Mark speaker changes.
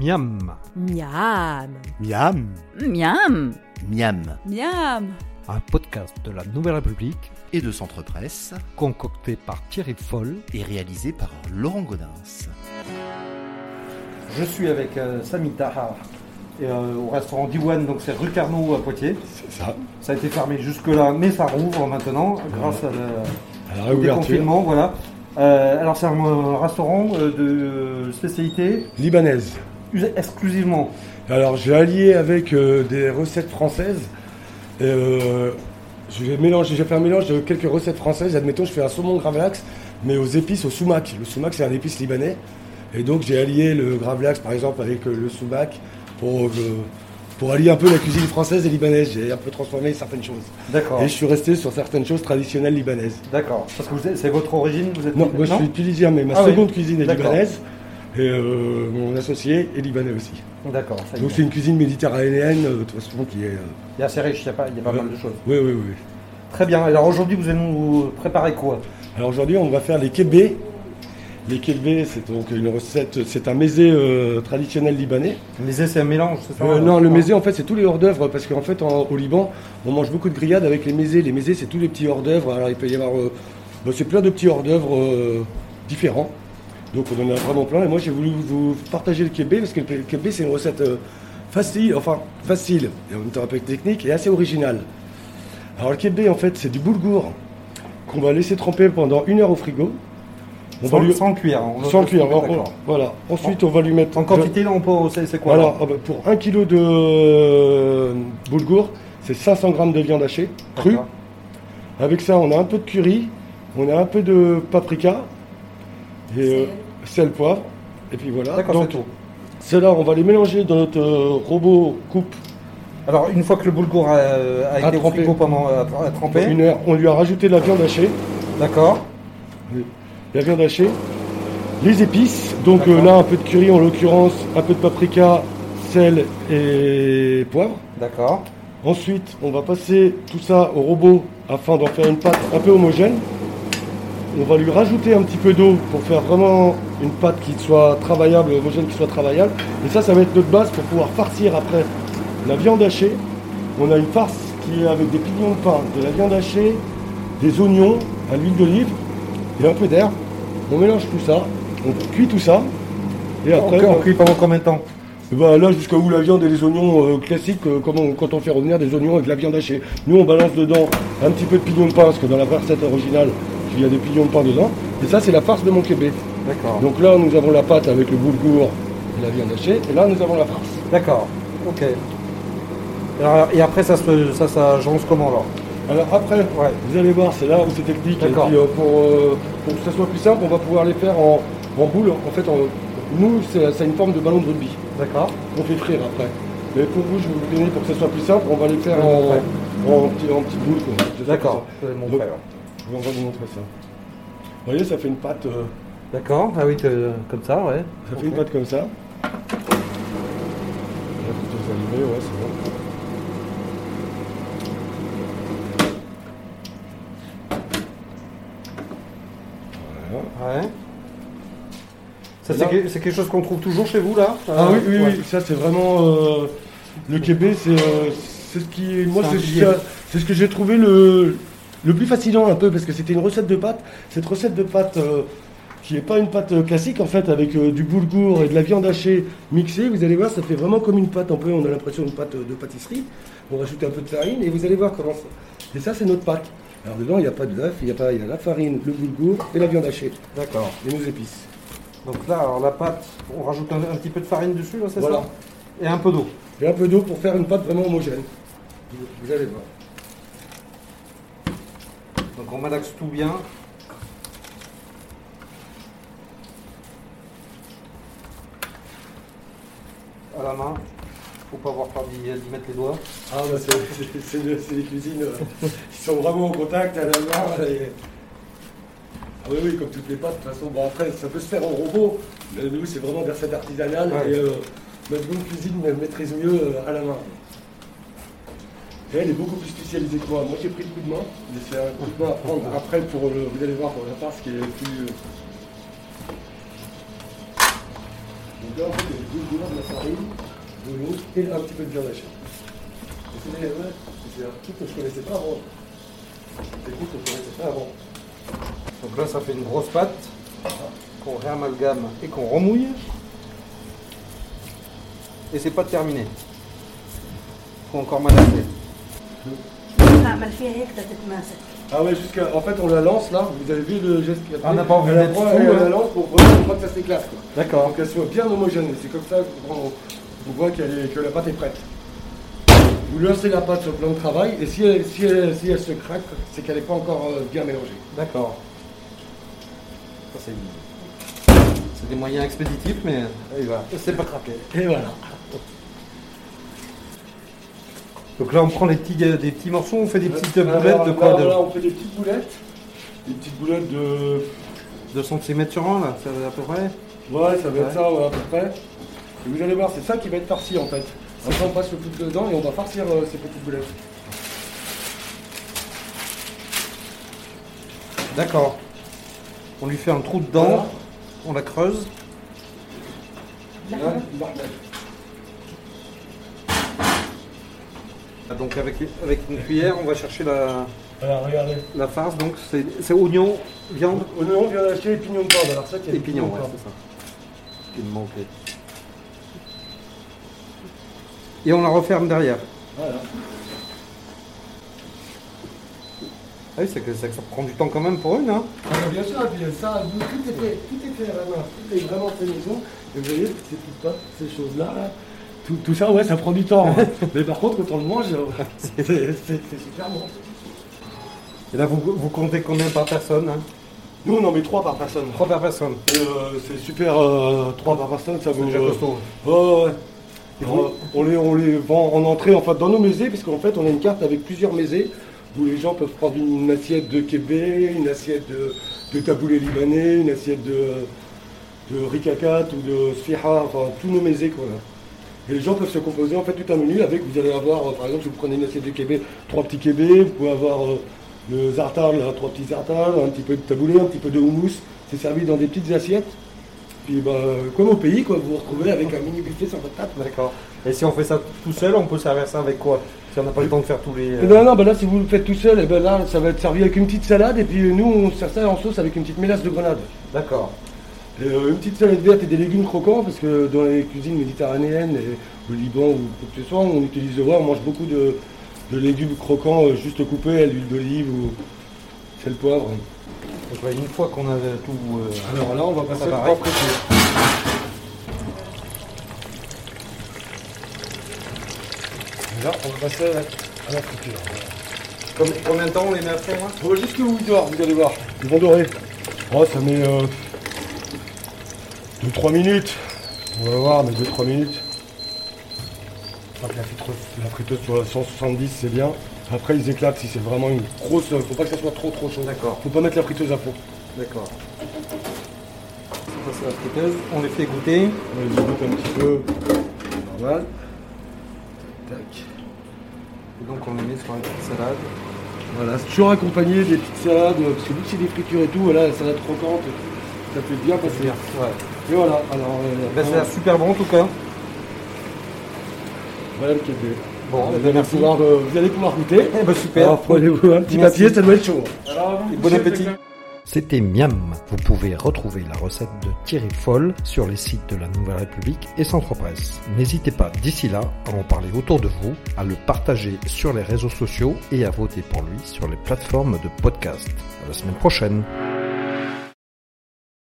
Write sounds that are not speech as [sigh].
Speaker 1: Miam.
Speaker 2: Miam.
Speaker 3: Miam.
Speaker 4: Miam.
Speaker 5: Miam
Speaker 4: Miam.
Speaker 1: Un podcast de la Nouvelle République
Speaker 5: et de Centre Presse
Speaker 1: concocté par Thierry Foll.
Speaker 5: est réalisé par Laurent Godin.
Speaker 6: Je suis avec euh, Sami Tahar et, euh, au restaurant Diwan, donc c'est rue Carnot à Poitiers.
Speaker 3: C'est ça.
Speaker 6: Ça a été fermé jusque-là, mais ça rouvre maintenant grâce à la-
Speaker 3: À la
Speaker 6: au
Speaker 3: réouverture.
Speaker 6: déconfinement. Voilà. Euh, alors c'est un euh, restaurant euh, de spécialité
Speaker 3: Libanaise.
Speaker 6: us- exclusivement.
Speaker 3: Alors j'ai allié avec euh, des recettes françaises. Et, euh, je vais mélanger, j'ai fait un mélange de quelques recettes françaises. Admettons, je fais un saumon gravlax, mais aux épices au soumac. Le soumac, c'est un épice libanais. Et donc j'ai allié le gravlax, par exemple, avec euh, le soumac pour, euh, pour allier un peu la cuisine française et libanaise. J'ai un peu transformé certaines choses.
Speaker 6: D'accord.
Speaker 3: Et je suis resté sur certaines choses traditionnelles libanaises.
Speaker 6: D'accord. Parce que vous êtes- c'est votre origine, vous êtes
Speaker 3: Non, moi je suis tunisien, mais ma
Speaker 6: Ah oui.
Speaker 3: seconde cuisine est
Speaker 6: D'accord.
Speaker 3: libanaise. Et euh, mon associé est libanais aussi.
Speaker 6: D'accord. ça y est.
Speaker 3: Donc c'est une cuisine méditerranéenne, euh, de toute façon, qui est... euh,
Speaker 6: Il est assez riche, il y a pas, il y a pas
Speaker 3: Ouais.
Speaker 6: mal de choses.
Speaker 3: Oui, oui, oui.
Speaker 6: Très bien. Alors aujourd'hui, vous allez nous préparer quoi
Speaker 3: Alors aujourd'hui, on va faire les kebés. Les kebés, c'est donc une recette, c'est un mésé euh, traditionnel libanais.
Speaker 6: Le Mésé, c'est un mélange, c'est ça hein,
Speaker 3: Euh, non, le mésé, en fait, c'est tous les hors-d'œuvre, parce qu'en fait, en- au Liban, on mange beaucoup de grillades avec les mésés. Les mésés, c'est tous les petits hors-d'œuvre. Alors il peut y avoir... euh, bah, c'est plein de petits hors-d'œuvre euh, différents. Donc on en a vraiment plein. Et moi, j'ai voulu vous partager le kebé, parce que le kebé, c'est une recette euh, facile, enfin facile, et en même temps un peu technique, et assez originale. Alors le kebé, en fait, c'est du boulgour qu'on va laisser tremper pendant une heure au frigo. On
Speaker 6: sans,
Speaker 3: va lui...
Speaker 6: sans cuire. on va-
Speaker 3: sans oh, cuire, on- on-
Speaker 6: D'accord.
Speaker 3: voilà. Ensuite, on va lui mettre
Speaker 6: En quantité, là, on peut. C'est c'est quoi là
Speaker 3: alors, ah bah, pour 1 kg de euh, boulgour, c'est 500 g de viande hachée, crue.
Speaker 6: D'accord.
Speaker 3: Avec ça, on a un peu de curry, on a un peu de paprika, et, euh, sel, poivre, et puis voilà.
Speaker 6: D'accord,
Speaker 3: Donc,
Speaker 6: c'est tout.
Speaker 3: cela, on va les mélanger dans notre euh, robot coupe
Speaker 6: Alors, une fois que le boulgour a, a
Speaker 3: À
Speaker 6: été au
Speaker 3: tremper.
Speaker 6: frigo pendant euh, à, à tremper,
Speaker 3: une heure. On lui a rajouté de la viande hachée,
Speaker 6: d'accord,
Speaker 3: la viande hachée, les épices. Donc euh,
Speaker 6: D'accord.
Speaker 3: là, un peu de curry en l'occurrence, un peu de paprika, sel et poivre.
Speaker 6: d'accord,
Speaker 3: Ensuite, on va passer tout ça au robot afin d'en faire une pâte un peu homogène. On va lui rajouter un petit peu d'eau pour faire vraiment une pâte qui soit travaillable, homogène qui soit travaillable. Et ça, ça va être notre base pour pouvoir farcir après la viande hachée. On a une farce qui est avec des pignons de pain, de la viande hachée, des oignons, à l'huile d'olive et un peu d'air. On mélange tout ça, on cuit tout ça. Et après,
Speaker 6: Ok, on
Speaker 3: bah,
Speaker 6: cuit pendant combien de temps
Speaker 3: eh ben, là, jusqu'à où la viande et les oignons euh, classiques, euh, comment on- quand on fait revenir des oignons avec de la viande hachée. Nous, on balance dedans un petit peu de pignon de pain, parce que dans la vraie recette originale, il y a des pignons de pain dedans. Et ça, c'est la farce de mon Québec.
Speaker 6: D'accord,
Speaker 3: Donc là, nous avons la pâte avec le boulgour et la viande hachée. Et là, nous avons la farce.
Speaker 6: d'accord, ok. Alors, et après, ça se, ça, ça j'avance comment alors
Speaker 3: Alors après,
Speaker 6: Ouais.
Speaker 3: vous allez voir, c'est là où c'est technique. Et
Speaker 6: D'accord.
Speaker 3: puis, euh, pour, euh, pour que ça soit plus simple, on va pouvoir les faire en, en boule. En fait, en, nous, c'est c'est une forme de ballon de rugby.
Speaker 6: D'accord,
Speaker 3: On fait frire après. Mais pour vous, je vais vous donner pour que ce soit plus simple, on va les faire
Speaker 6: Ouais,
Speaker 3: en,
Speaker 6: ouais.
Speaker 3: en, petit- en petite boule. quoi. Je sais
Speaker 6: d'accord,
Speaker 3: pas
Speaker 6: c'est mon
Speaker 3: Donc-
Speaker 6: frère.
Speaker 3: ça. On va vous montrer ça. Vous voyez, ça fait une pâte, euh,
Speaker 6: D'accord, ah oui, que- comme ça, ouais.
Speaker 3: ça
Speaker 6: Ok.
Speaker 3: fait une pâte comme ça. Là, faut tous allumer, ouais, c'est bon.
Speaker 6: Ouais. Ça,
Speaker 3: Et
Speaker 6: c'est
Speaker 3: là-
Speaker 6: que- c'est quelque chose qu'on trouve toujours chez vous là
Speaker 3: Ah oui,
Speaker 6: Euh,
Speaker 3: oui,
Speaker 6: ouais.
Speaker 3: oui, ça c'est vraiment euh, le Québec, c'est euh, c'est ce qui, est- moi
Speaker 6: C'est un
Speaker 3: c'est ce,
Speaker 6: billet.
Speaker 3: qui a- c'est ce que j'ai trouvé le, le plus fascinant un peu parce que c'était une recette de pâte. Cette recette de pâte euh, qui n'est pas une pâte euh, classique en fait avec euh, du boulgour et de la viande hachée mixée, vous allez voir ça fait vraiment comme une pâte un peu. On a l'impression d'une pâte euh, de pâtisserie. On rajoute un peu de farine et vous allez voir comment. ça- Et ça c'est notre pâte. Alors dedans il n'y a pas de l'œuf, il y a pas, il y a la farine, le boulgour et la viande hachée
Speaker 6: D'accord.
Speaker 3: et nos épices.
Speaker 6: Donc là, alors la pâte, on rajoute un, un petit peu de farine dessus, là, c'est
Speaker 3: Voilà.
Speaker 6: ça Et un peu d'eau.
Speaker 3: Et un peu d'eau pour faire une pâte vraiment homogène. Vous- Vous allez voir.
Speaker 6: Donc on malaxe tout bien. À la main. Faut pas avoir peur d'y d'y mettre les doigts.
Speaker 3: Ah bah c'est- c'est- c'est le- c'est les cuisines euh, qui sont vraiment en contact à la main. et- Ah oui, oui, comme toutes les pâtes, de toute façon, bon après ça peut se faire en robot, mais nous c'est vraiment des recettes artisanales
Speaker 6: Ouais.
Speaker 3: et euh, notre bonne cuisine elle maîtrise mieux euh, à la main. Et elle est beaucoup plus spécialisée que moi. Moi j'ai pris le coup de main, mais c'est un coup de main à prendre après pour le. Vous euh, allez voir pour la part ce qui est le plus. euh, Donc Là, en fait, il y a du boulot, de la farine, de l'eau et un petit peu de viande hachée. Et C'est des- ouais, c'est un truc que je connaissais pas avant. C'est des trucs que je connaissais pas avant. Donc là, ça fait une grosse pâte qu'on réamalgame et qu'on remouille. Et c'est pas terminé. Faut encore malaxer.
Speaker 2: Ah, ما فيها هيك تتماسك
Speaker 3: Ah ouais, jusqu'à. En fait, on la lance là. Vous avez vu le geste qu'il a
Speaker 6: Ah, on n'a
Speaker 3: fait
Speaker 6: pas envie
Speaker 3: Elle la
Speaker 6: d'être
Speaker 3: prend
Speaker 6: fou,
Speaker 3: et On
Speaker 6: hein.
Speaker 3: la lance pour vraiment pas que ça s'éclate. quoi.
Speaker 6: D'accord.
Speaker 3: Pour qu'elle soit bien homogène. C'est comme ça qu'on on voit qu'elle est- que la pâte est prête. Vous lancez la pâte sur le plan de travail et si elle, si elle- si elle se craque, c'est qu'elle n'est pas encore euh, bien mélangée.
Speaker 6: D'accord. Ça, c'est c'est des moyens expéditifs, mais allez, voilà. c'est pas craqué.
Speaker 3: Et voilà.
Speaker 6: Donc là, on prend les petits, euh, des petits morceaux, on fait des petites
Speaker 3: Euh, Alors,
Speaker 6: boulettes de quoi
Speaker 3: là,
Speaker 6: de,
Speaker 3: voilà, on fait des petites boulettes. Des petites boulettes de.
Speaker 6: 2 cm sur un, là, ça va à peu près
Speaker 3: Ouais, ça va
Speaker 6: Ouais.
Speaker 3: être ça ouais, à peu près. Et vous allez voir, c'est ça qui va être farci en fait. C'est qu'on passe le tout dedans et on va farcir euh, ces petites boulettes.
Speaker 6: D'accord. On lui fait un trou dedans,
Speaker 3: Voilà.
Speaker 6: on la creuse.
Speaker 3: Là, il va-
Speaker 6: Ah, Donc avec, avec une cuillère, on va chercher la,
Speaker 3: Voilà, regardez.
Speaker 6: la farce. Donc c'est c'est oignon, viande
Speaker 3: Oignon, vient d'acheter les pignons de porc. Alors ça, il y a
Speaker 6: et
Speaker 3: des
Speaker 6: pignon.
Speaker 3: de
Speaker 6: Ouais,
Speaker 3: porc.
Speaker 6: c'est ça. Il me manquait. Et on la referme derrière.
Speaker 3: Voilà.
Speaker 6: Ah oui, c'est que, c'est que ça prend du temps quand même pour une. Hein.
Speaker 3: Alors, bien sûr, et puis euh, ça, nous, tout est fait, tout est fait à la main, tout est vraiment fait maison. Et vous voyez, c'est tout pas ces choses-là. là. Tout, tout ça, ouais, ça prend du temps. [laughs] hein. Mais par contre, quand on le mange, euh, c'est c'est- c'est super bon.
Speaker 6: Et là, vous, vous comptez combien par personne hein
Speaker 3: Nous, on en met trois par personne.
Speaker 6: Trois par personne.
Speaker 3: Et, euh, c'est super, euh, trois par personne, ça
Speaker 6: C'est
Speaker 3: vaut.
Speaker 6: déjà
Speaker 3: euh,
Speaker 6: costaud. hein.
Speaker 3: Ouais, ouais, ouais.
Speaker 6: Et
Speaker 3: Alors,
Speaker 6: vous
Speaker 3: on, les, on les vend en entrée, enfin dans nos maisées, parce qu'en fait on a une carte avec plusieurs maisées où les gens peuvent prendre une, une assiette de Québec, une assiette de, de taboulé libanais, une assiette de, de rikakat ou de sfiha, enfin tous nos maisées qu'on a. Et les gens peuvent se composer en fait tout un menu avec, vous allez avoir, euh, par exemple, si vous prenez une assiette de Québec, trois petits Québec, vous pouvez avoir euh, le zartar, là, trois petits zartars, un petit peu de taboulé, un petit peu de houmous, c'est servi dans des petites assiettes. Puis bah, comme au pays, quoi, vous vous retrouvez avec un mini buffet sur votre table.
Speaker 6: D'accord. Et si on fait ça tout seul, on peut servir ça avec quoi Si on n'a pas le temps de faire tous les. euh,
Speaker 3: Et ben non, ben là, si vous le faites tout seul, et ben là, ça va être servi avec une petite salade, et puis euh, nous, on sert ça en sauce avec une petite mélasse de grenade.
Speaker 6: D'accord.
Speaker 3: Et, euh, une petite salade verte et des légumes croquants, parce que dans les cuisines méditerranéennes, et au Liban ou quoi que ce soit, on utilise le on mange beaucoup de, de légumes croquants euh, juste coupés à l'huile d'olive ou sel poivre.
Speaker 6: Donc là, une fois qu'on a euh, tout. euh,
Speaker 3: Alors là, on va passer
Speaker 6: Ça
Speaker 3: au
Speaker 6: paraît.
Speaker 3: propre cuisine. Et Là, on va passer à la, à la friture.
Speaker 6: Combien, combien de temps on les met hein? après moi
Speaker 3: On va juste que vous dorez, vous allez voir. Ils vont dorer. Oh, ça met 2-3 minutes. On va voir, mais 2-3 minutes. Hop, la friteuse, la friteuse sur la 170, c'est bien. Après, ils éclatent si c'est vraiment une grosse. euh, Faut pas que ça soit trop trop chaud.
Speaker 6: D'accord,
Speaker 3: Faut pas mettre la friteuse à fond.
Speaker 6: d'accord. Ça, c'est la friteuse. On les fait goûter.
Speaker 3: On les égoutte un petit peu. Normal. Tac.
Speaker 6: Et donc on les met sur la petite salade.
Speaker 3: Voilà, c'est toujours accompagné des petites salades, euh, parce que vu que c'est des fritures et tout, voilà, la salade croquante, ça fait Ah, bah, bien passer.
Speaker 6: Ouais.
Speaker 3: Et voilà, alors. euh,
Speaker 6: Ben, ça a l'air super bon en tout cas.
Speaker 3: Voilà le Québec.
Speaker 6: Bon, eh
Speaker 3: vous,
Speaker 6: ben,
Speaker 3: allez
Speaker 6: merci.
Speaker 3: pouvoir, euh, vous allez pouvoir goûter.
Speaker 6: Eh ben super.
Speaker 3: Alors prenez-vous un petit
Speaker 6: Merci.
Speaker 3: papier, ça doit être chaud.
Speaker 6: Et bon appétit.
Speaker 1: C'était Miam. Vous pouvez retrouver la recette de Thierry Foll sur les sites de la Nouvelle République et Centre Presse. N'hésitez pas d'ici là à en parler autour de vous, à le partager sur les réseaux sociaux et à voter pour lui sur les plateformes de podcast. À la semaine prochaine.